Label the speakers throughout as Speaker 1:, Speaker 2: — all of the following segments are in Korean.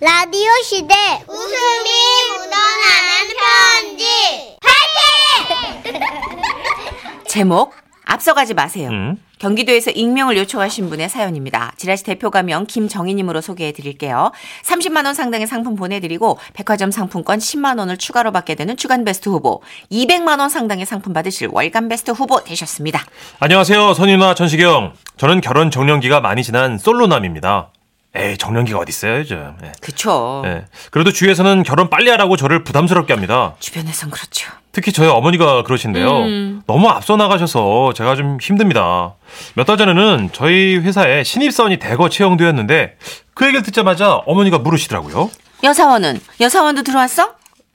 Speaker 1: 라디오 시대 웃음이 묻어나는 편지
Speaker 2: 제목 앞서가지 마세요.
Speaker 3: 음.
Speaker 2: 경기도에서 익명을 요청하신 분의 사연입니다. 지라시 대표 가명 김정희님으로 소개해 드릴게요. 30만 원 상당의 상품 보내드리고 백화점 상품권 10만 원을 추가로 받게 되는 주간 베스트 후보, 200만 원 상당의 상품 받으실 월간 베스트 후보 되셨습니다.
Speaker 3: 안녕하세요. 선인화 천식영. 저는 결혼 정년기가 많이 지난 솔로남입니다. 에이, 정년기가 어딨어요, 요즘. 예.
Speaker 2: 그쵸?
Speaker 3: 예. 그래도 주위에서는 결혼 빨리 하라고 저를 부담스럽게 합니다.
Speaker 2: 주변에선 그렇죠.
Speaker 3: 특히 저희 어머니가 그러신데요. 너무 앞서 나가셔서 제가 좀 힘듭니다. 몇 달 전에는 저희 회사에 신입사원이 대거 채용되었는데 그 얘기를 듣자마자 어머니가 물으시더라고요.
Speaker 2: 여사원은 여사원도 들어왔어?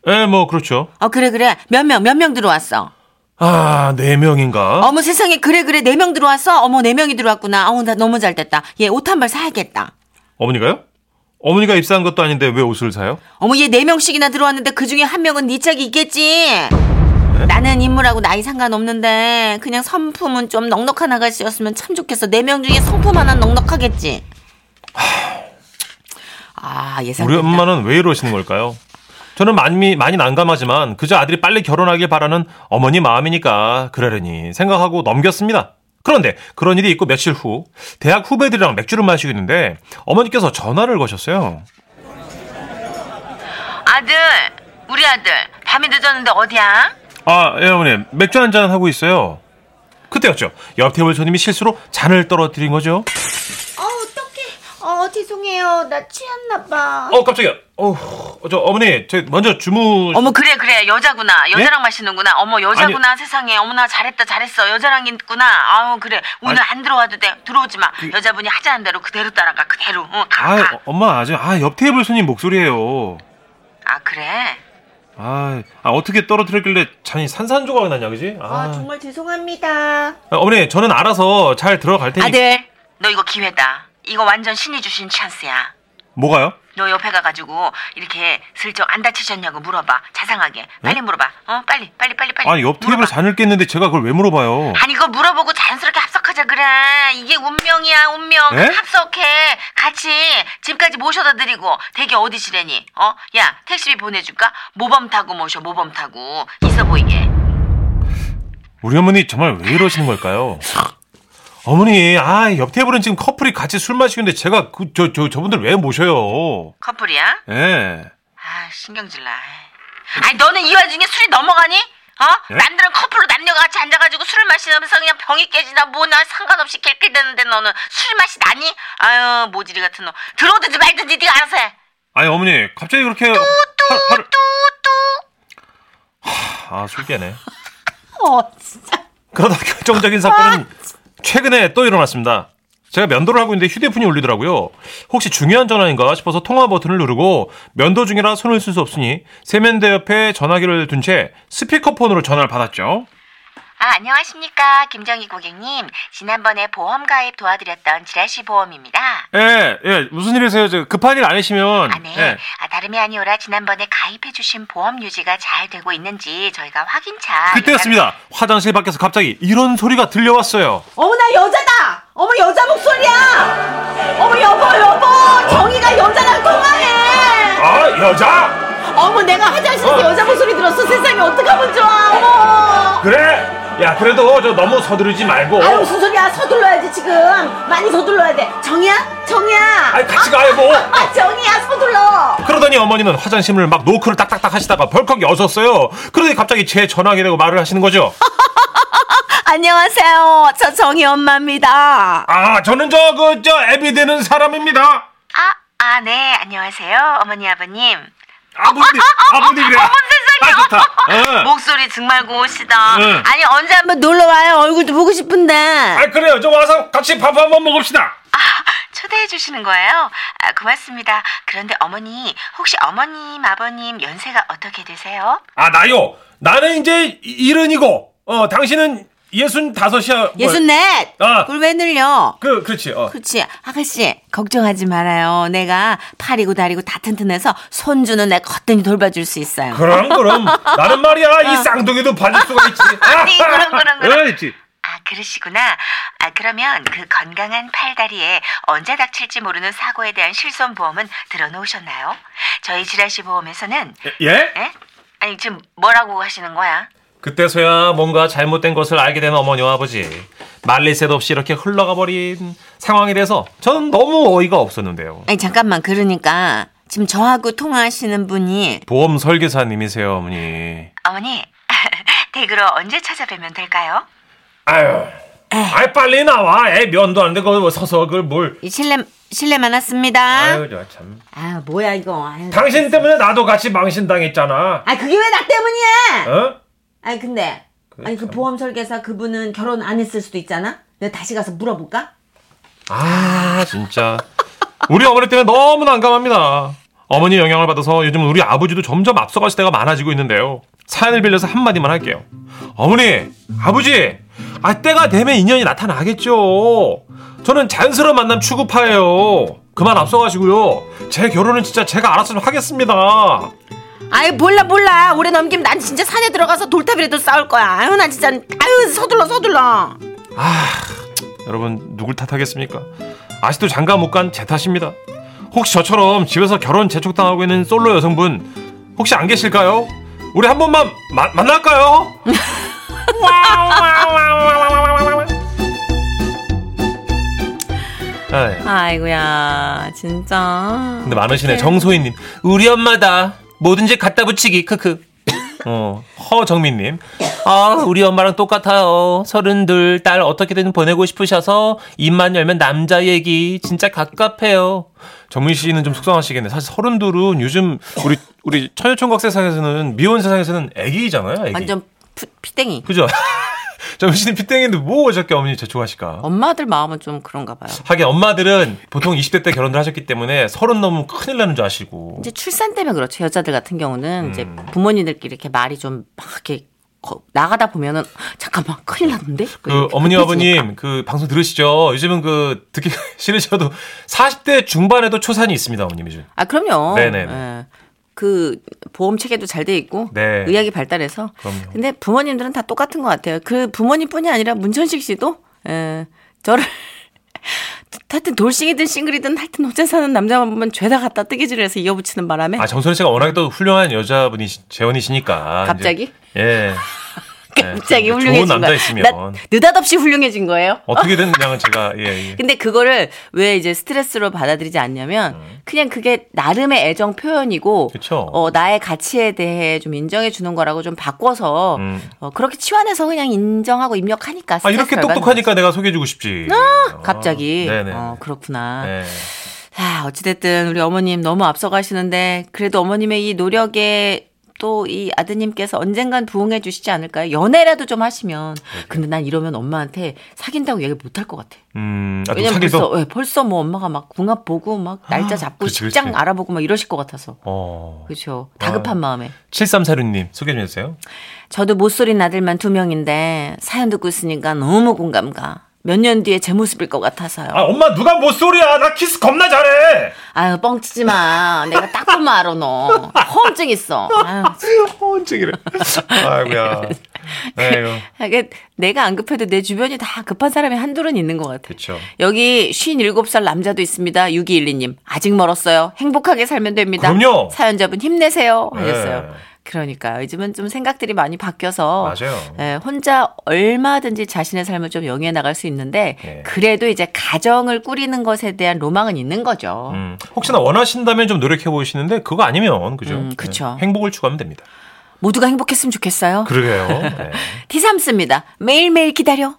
Speaker 3: 예, 뭐, 그렇죠.
Speaker 2: 어 그래 그래 몇 명 몇 명 들어왔어?
Speaker 3: 아, 네 명인가?
Speaker 2: 어머 세상에 그래 그래 네 명 들어왔어? 어머 네 명이 들어왔구나. 어우 나 너무 잘 됐다. 얘 옷 한 벌 사야겠다.
Speaker 3: 어머니가요? 어머니가 입사한 것도 아닌데 왜 옷을 사요?
Speaker 2: 어머 얘 네 명씩이나 들어왔는데 그 중에 한 명은 네 짝이 있겠지.
Speaker 3: 네?
Speaker 2: 나는 인물하고 나이 상관없는데 그냥 성품은 좀 넉넉한 아가씨였으면 참 좋겠어. 네 명 중에 성품 하나 우넉하겠지. 아
Speaker 3: 우리
Speaker 2: 예상됐다.
Speaker 3: 엄마는 왜 이러시는 걸까요? 저는 많이 많이 난감하지만 그저 아들이 빨리 결혼하길 바라는 어머니 마음이니까 그러려니 생각하고 넘겼습니다. 그런데 그런 일이 있고 며칠 후 대학 후배들이랑 맥주를 마시고 있는데 어머니께서 전화를 거셨어요.
Speaker 2: 아들 우리 아들 밤이 늦었는데 어디야?
Speaker 3: 아, 예, 어머니 맥주 한 잔 하고 있어요. 그때였죠. 옆 테이블 손님이 실수로 잔을 떨어뜨린 거죠.
Speaker 1: 어 어떡해 어 죄송해요 나 취했나 봐
Speaker 3: 어, 깜짝이야. 어, 저 어머니, 저 먼저 주무.
Speaker 2: 어머 그래 그래
Speaker 3: 네?
Speaker 2: 여자구나 여자랑 마시는구나 어머 여자구나
Speaker 3: 여자구나.
Speaker 2: 세상에 어머나 잘했다 잘했어 여자랑 있구나 아우 그래 오늘 안 들어와도 돼 들어오지 마 여자분이 하자는 대로 그대로 따라가 그대로
Speaker 3: 그- 아,
Speaker 2: 가가
Speaker 3: 어, 엄마 아직 아, 옆 테이블 손님 목소리예요.
Speaker 2: 아 그래?
Speaker 3: 아, 아, 어떻게 떨어뜨렸길래 잔이 산산조각 나냐 그지?
Speaker 1: 아
Speaker 3: 아,
Speaker 1: 정말 죄송합니다
Speaker 3: 아, 어머니 저는 알아서 잘 들어갈 테니
Speaker 2: 아들 네. 너 이거 기회다 이거 완전 신이 주신 찬스야
Speaker 3: 뭐가요?
Speaker 2: 너 옆에 가가지고 이렇게 슬쩍 안 다치셨냐고 물어봐 자상하게 빨리 물어봐 어 빨리 빨리 빨리 빨리
Speaker 3: 네? 아니 옆 테이블
Speaker 2: 물어봐.
Speaker 3: 잔을 깼는데 제가 그걸 왜 물어봐요?
Speaker 2: 아니 이거 물어보고 자연스럽게 합석하자 그래 이게 운명이야 운명
Speaker 3: 에?
Speaker 2: 합석해 같이 집까지 모셔다 드리고 대기 어디시래니 어 야 택시비 보내줄까 모범 타고 모셔 모범 타고 있어 보이게
Speaker 3: 우리 어머니 정말 왜 이러시는 걸까요? 어머니, 아, 옆 테이블은 지금 커플이 같이 술 마시는데 제가 그, 저, 저, 저분들 왜 모셔요?
Speaker 2: 커플이야?
Speaker 3: 예.
Speaker 2: 아 신경질나. 아니 너는 이 와중에 술이 넘어가니? 어?
Speaker 3: 예?
Speaker 2: 남들은 커플로 남녀가 같이 앉아가지고 술을 마시면서 그냥 병이 깨지나 뭐나 상관없이 낄낄대는데 너는 술 맛이 나니? 아유 모질이 같은 놈 들어오든지 말든지 네가 알아서 해.
Speaker 3: 아니, 어머니, 갑자기 그렇게. 뚜, 뚜, 뚜, 뚜. 아, 술 깨네.
Speaker 2: 어 진짜.
Speaker 3: 그러다 결정적인 사건은 최근에 또 일어났습니다. 제가 면도를 하고 있는데 휴대폰이 울리더라고요. 혹시 중요한 전화인가 싶어서 통화 버튼을 누르고 면도 중이라 손을 쓸 수 없으니 세면대 옆에 전화기를 둔 채 스피커폰으로 전화를 받았죠.
Speaker 2: 아 안녕하십니까 김정희 고객님 지난번에 보험 가입 도와드렸던 지라시 보험입니다.
Speaker 3: 예, 예, 무슨 일이세요? 저 급한 일 아니시면. 예,
Speaker 2: 아네. 아 다름이 아니오라 지난번에 가입해주신 보험 유지가 잘 되고 있는지 저희가 확인차.
Speaker 3: 그때였습니다. 화장실 밖에서 갑자기 이런 소리가 들려왔어요.
Speaker 4: 어머나 여자다! 어머 여자 목소리야! 어머 여보 여보 정이가 여자랑 통화해!
Speaker 3: 아, 여자!
Speaker 4: 어머 내가 화장실에서 여자 목소리 들었어 세상에 어떡하면 좋아 어머!
Speaker 3: 그래! 야, 그래도 저 너무 서두르지 말고.
Speaker 4: 아유 무슨 소리야 서둘러야지 지금 많이 서둘러야 돼 정이야? 정이야!
Speaker 3: 같이 가요, 뭐.
Speaker 4: 아, 아, 정이야 서둘러!
Speaker 3: 그러더니 어머니는 화장실을 막 노크를 딱딱딱 하시다가 벌컥 여셨어요. 그러니 갑자기 제 전화기라고 말을 하시는 거죠.
Speaker 4: 안녕하세요 저 정이 엄마입니다
Speaker 3: 아, 저는 저, 그, 저, 애비 되는 사람입니다.
Speaker 2: 아아네 안녕하세요 어머니 아버님.
Speaker 3: 아버님, 아버님이래.
Speaker 2: 어머 세상에
Speaker 3: 아, 좋다. 어.
Speaker 2: 목소리 정말 고우시다
Speaker 3: 응.
Speaker 2: 아니 언제 한번 놀러와요 얼굴도 보고 싶은데
Speaker 3: 아, 그래요. 저 와서 같이 밥 한번 먹읍시다.
Speaker 2: 초대해 주시는 거예요? 아, 고맙습니다 그런데 어머니 혹시 어머님 아버님 연세가 어떻게 되세요?
Speaker 3: 아, 나요. 나는 이제 이른이고, 어, 당신은 예순 다섯이야. 뭐,
Speaker 2: 예순넷
Speaker 3: 아.
Speaker 2: 그걸 왜 늘려
Speaker 3: 그, 그렇지. 어.
Speaker 2: 그렇지 아가씨 걱정하지 말아요 내가 팔이고 다리고 다 튼튼해서 손주는 내 거뜬히 돌봐줄 수 있어요
Speaker 3: 그럼, 그럼. 나는 말이야. 이 쌍둥이도 봐줄 수가 있지. 어,
Speaker 2: 아니, 어. 그럼, 그럼, 그럼.
Speaker 3: 있지.
Speaker 2: 아
Speaker 4: 그러시구나. 아, 그러면 그 건강한 팔다리에 언제 닥칠지 모르는 사고에 대한 실손 보험은 들어놓으셨나요? 저희 지라시 보험에서는
Speaker 3: 예?
Speaker 4: 에? 아니 지금 뭐라고 하시는 거야?
Speaker 3: 그때서야 뭔가 잘못된 것을 알게 된 어머니와 아버지. 말릴 새도 없이 이렇게 흘러가 버린 상황에 대해서 저는 너무 어이가 없었는데요.
Speaker 4: 아니 잠깐만 그러니까 지금 저하고 통화하시는 분이
Speaker 3: 보험 설계사님이세요, 어머니.
Speaker 4: 어머니 댁으로 언제 찾아뵈면 될까요?
Speaker 3: 아유. 아이 빨리 나와. 애 면도 안 되고 서서 그걸 뭘.
Speaker 4: 이 실례 실례 많았습니다.
Speaker 3: 저 참.
Speaker 4: 아 뭐야 이거. 아유.
Speaker 3: 당신 때문에 나도 같이 망신당했잖아.
Speaker 2: 아 그게 왜 나 때문이야?
Speaker 3: 어?
Speaker 2: 아니 근데 아니 그 보험 설계사 그분은 결혼 안 했을 수도 있잖아. 내가 다시 가서 물어볼까?
Speaker 3: 아 진짜 우리 어머니 때문에 너무 난감합니다. 어머니 영향을 받아서 요즘 우리 아버지도 점점 앞서갈 때가 많아지고 있는데요. 사연을 빌려서 한마디만 할게요. 어머니, 아버지, 아 때가 되면 인연이 나타나겠죠. 저는 자연스러운 만남 추구파예요. 그만 앞서가시고요. 제 결혼은 진짜 제가 알아서 좀 하겠습니다.
Speaker 2: 아이 몰라 몰라 올해 넘기면 난 진짜 산에 들어가서 돌탑이라도 싸울 거야. 아유 나 진짜 아유 서둘러 서둘러.
Speaker 3: 여러분 누굴 탓하겠습니까? 아직도 장가 못 간 제 탓입니다. 혹시 저처럼 집에서 결혼 재촉당하고 있는 솔로 여성분 혹시 안 계실까요? 우리 한 번만 마- 만날까요? 에이,
Speaker 4: 아이고야 진짜.
Speaker 3: 근데 많으시네 정소희님 우리 엄마다 뭐든지 갖다 붙이기 크크 어 허정민님 아 우리 엄마랑 똑같아요 서른둘 딸 어떻게든 보내고 싶으셔서 입만 열면 남자 얘기 진짜 갑갑해요 정민 씨는 좀 속상하시겠네 사실 서른둘은 요즘 우리 우리 처녀총각 세상에서는 미혼 세상에서는 애기잖아요 애기
Speaker 4: 완전 푸- 피땡이.
Speaker 3: 그죠 정민 씨는 피땡인데 뭐 어저께 어머니 재촉하실까
Speaker 4: 엄마들 마음은 좀 그런가 봐요.
Speaker 3: 하긴 엄마들은 보통 20대 때 결혼을 하셨기 때문에 서른 넘으면 큰일 나는 줄 아시고
Speaker 4: 이제 출산 때문에 그렇죠. 여자들 같은 경우는 이제
Speaker 3: 음.
Speaker 4: 부모님들끼리 이렇게 말이 좀 막 이렇게 거- 나가다 보면은 잠깐만 큰일 났는데.
Speaker 3: 그 어머니 아버님 그 방송 들으시죠? 요즘은 그 듣기 싫으셔도 40대 중반에도 초산이 있습니다, 어머님 요즘.
Speaker 4: 아 그럼요.
Speaker 3: 네네네.
Speaker 4: 예. 그 보험 체계도 잘 돼 있고
Speaker 3: 네.
Speaker 4: 의학이 발달해서.
Speaker 3: 그럼요.
Speaker 4: 근데 부모님들은 다 똑같은 것 같아요. 그 부모님뿐이 아니라 문천식 씨도 예, 저를 하여튼 돌싱이든 싱글이든 하여튼 혼자 사는 남자만 보면 죄다 갖다 뜨개질을 해서 이어붙이는 바람에
Speaker 3: 아 정선희 씨가 워낙에 또 훌륭한 여자분이 재원이시니까.
Speaker 4: 갑자기?
Speaker 3: 이제- 예.
Speaker 4: 갑자기
Speaker 3: 네,
Speaker 4: 훌륭해진
Speaker 3: 좋은 남자
Speaker 4: 거예요.
Speaker 3: 있으면.
Speaker 4: 나 느닷없이 훌륭해진 거예요.
Speaker 3: 어떻게든 그냥 제가 예. 예.
Speaker 4: 근데 그거를 왜 이제 스트레스로 받아들이지 않냐면 그냥 그게 나름의 애정 표현이고
Speaker 3: 음. 그쵸.
Speaker 4: 어, 나의 가치에 대해 좀 인정해 주는 거라고 좀 바꿔서
Speaker 3: 음.
Speaker 4: 어, 그렇게 치환해서 그냥 인정하고 입력하니까
Speaker 3: 아
Speaker 4: 스트레스
Speaker 3: 이렇게
Speaker 4: 덜 받는
Speaker 3: 똑똑하니까 내가 소개해주고 싶지.
Speaker 4: 거죠. 갑자기
Speaker 3: 아, 네네.
Speaker 4: 어, 그렇구나.
Speaker 3: 네.
Speaker 4: 아, 어찌됐든 우리 어머님 너무 앞서가시는데 그래도 어머님의 이 노력에 또 이 아드님께서 언젠간 부응해 주시지 않을까요? 연애라도 좀 하시면.
Speaker 3: 그렇죠.
Speaker 4: 근데 난 이러면 엄마한테 사귄다고 얘기 못할 것 같아.
Speaker 3: 음. 아, 또
Speaker 4: 왜냐면
Speaker 3: 사귀도.
Speaker 4: 벌써 예, 벌써 뭐 엄마가 막 궁합 보고 막 날짜 잡고
Speaker 3: 그치, 그치.
Speaker 4: 직장 알아보고 막 이러실 것 같아서
Speaker 3: 어.
Speaker 4: 그렇죠 다급한 마음에
Speaker 3: 7346님 소개 좀 해주세요.
Speaker 4: 저도 못 소린 아들만 두 명인데 사연 듣고 있으니까 너무 공감가 몇 년 뒤에 제 모습일 것 같아서요
Speaker 3: 아 엄마 누가 못 소리야? 나 키스 겁나 잘해.
Speaker 4: 아유 뻥치지 마 내가 딱 보면 알아 너 허언증 있어 아유,
Speaker 3: 혼증이래. 아이고야. 아이고.
Speaker 4: 이게 내가 안 급해도 내 주변이 다 급한 사람이 한둘은 있는 것 같아
Speaker 3: 그렇죠.
Speaker 4: 여기 57살 남자도 있습니다. 6212님. 아직 멀었어요. 행복하게 살면 됩니다.
Speaker 3: 그럼요.
Speaker 4: 사연자분 힘내세요.
Speaker 3: 네.
Speaker 4: 하셨어요. 그러니까 요즘은 좀 생각들이 많이 바뀌어서
Speaker 3: 맞아요.
Speaker 4: 예, 혼자 얼마든지 자신의 삶을 좀 영위해 나갈 수 있는데
Speaker 3: 예.
Speaker 4: 그래도 이제 가정을 꾸리는 것에 대한 로망은 있는 거죠.
Speaker 3: 음, 혹시나 원하신다면 좀 노력해 보시는데 그거 아니면 그죠?
Speaker 4: 음, 그쵸.
Speaker 3: 네, 행복을 추구하면 됩니다.
Speaker 4: 모두가 행복했으면 좋겠어요.
Speaker 3: 그러게요. 네.
Speaker 4: 티삼스입니다. 매일매일 기다려.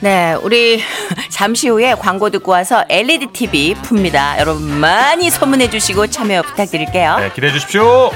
Speaker 4: 네, 우리 잠시 후에 광고 듣고 와서 LED TV 풉니다. 여러분 많이 소문해 주시고 참여 부탁드릴게요.
Speaker 3: 네, 기대해 주십시오.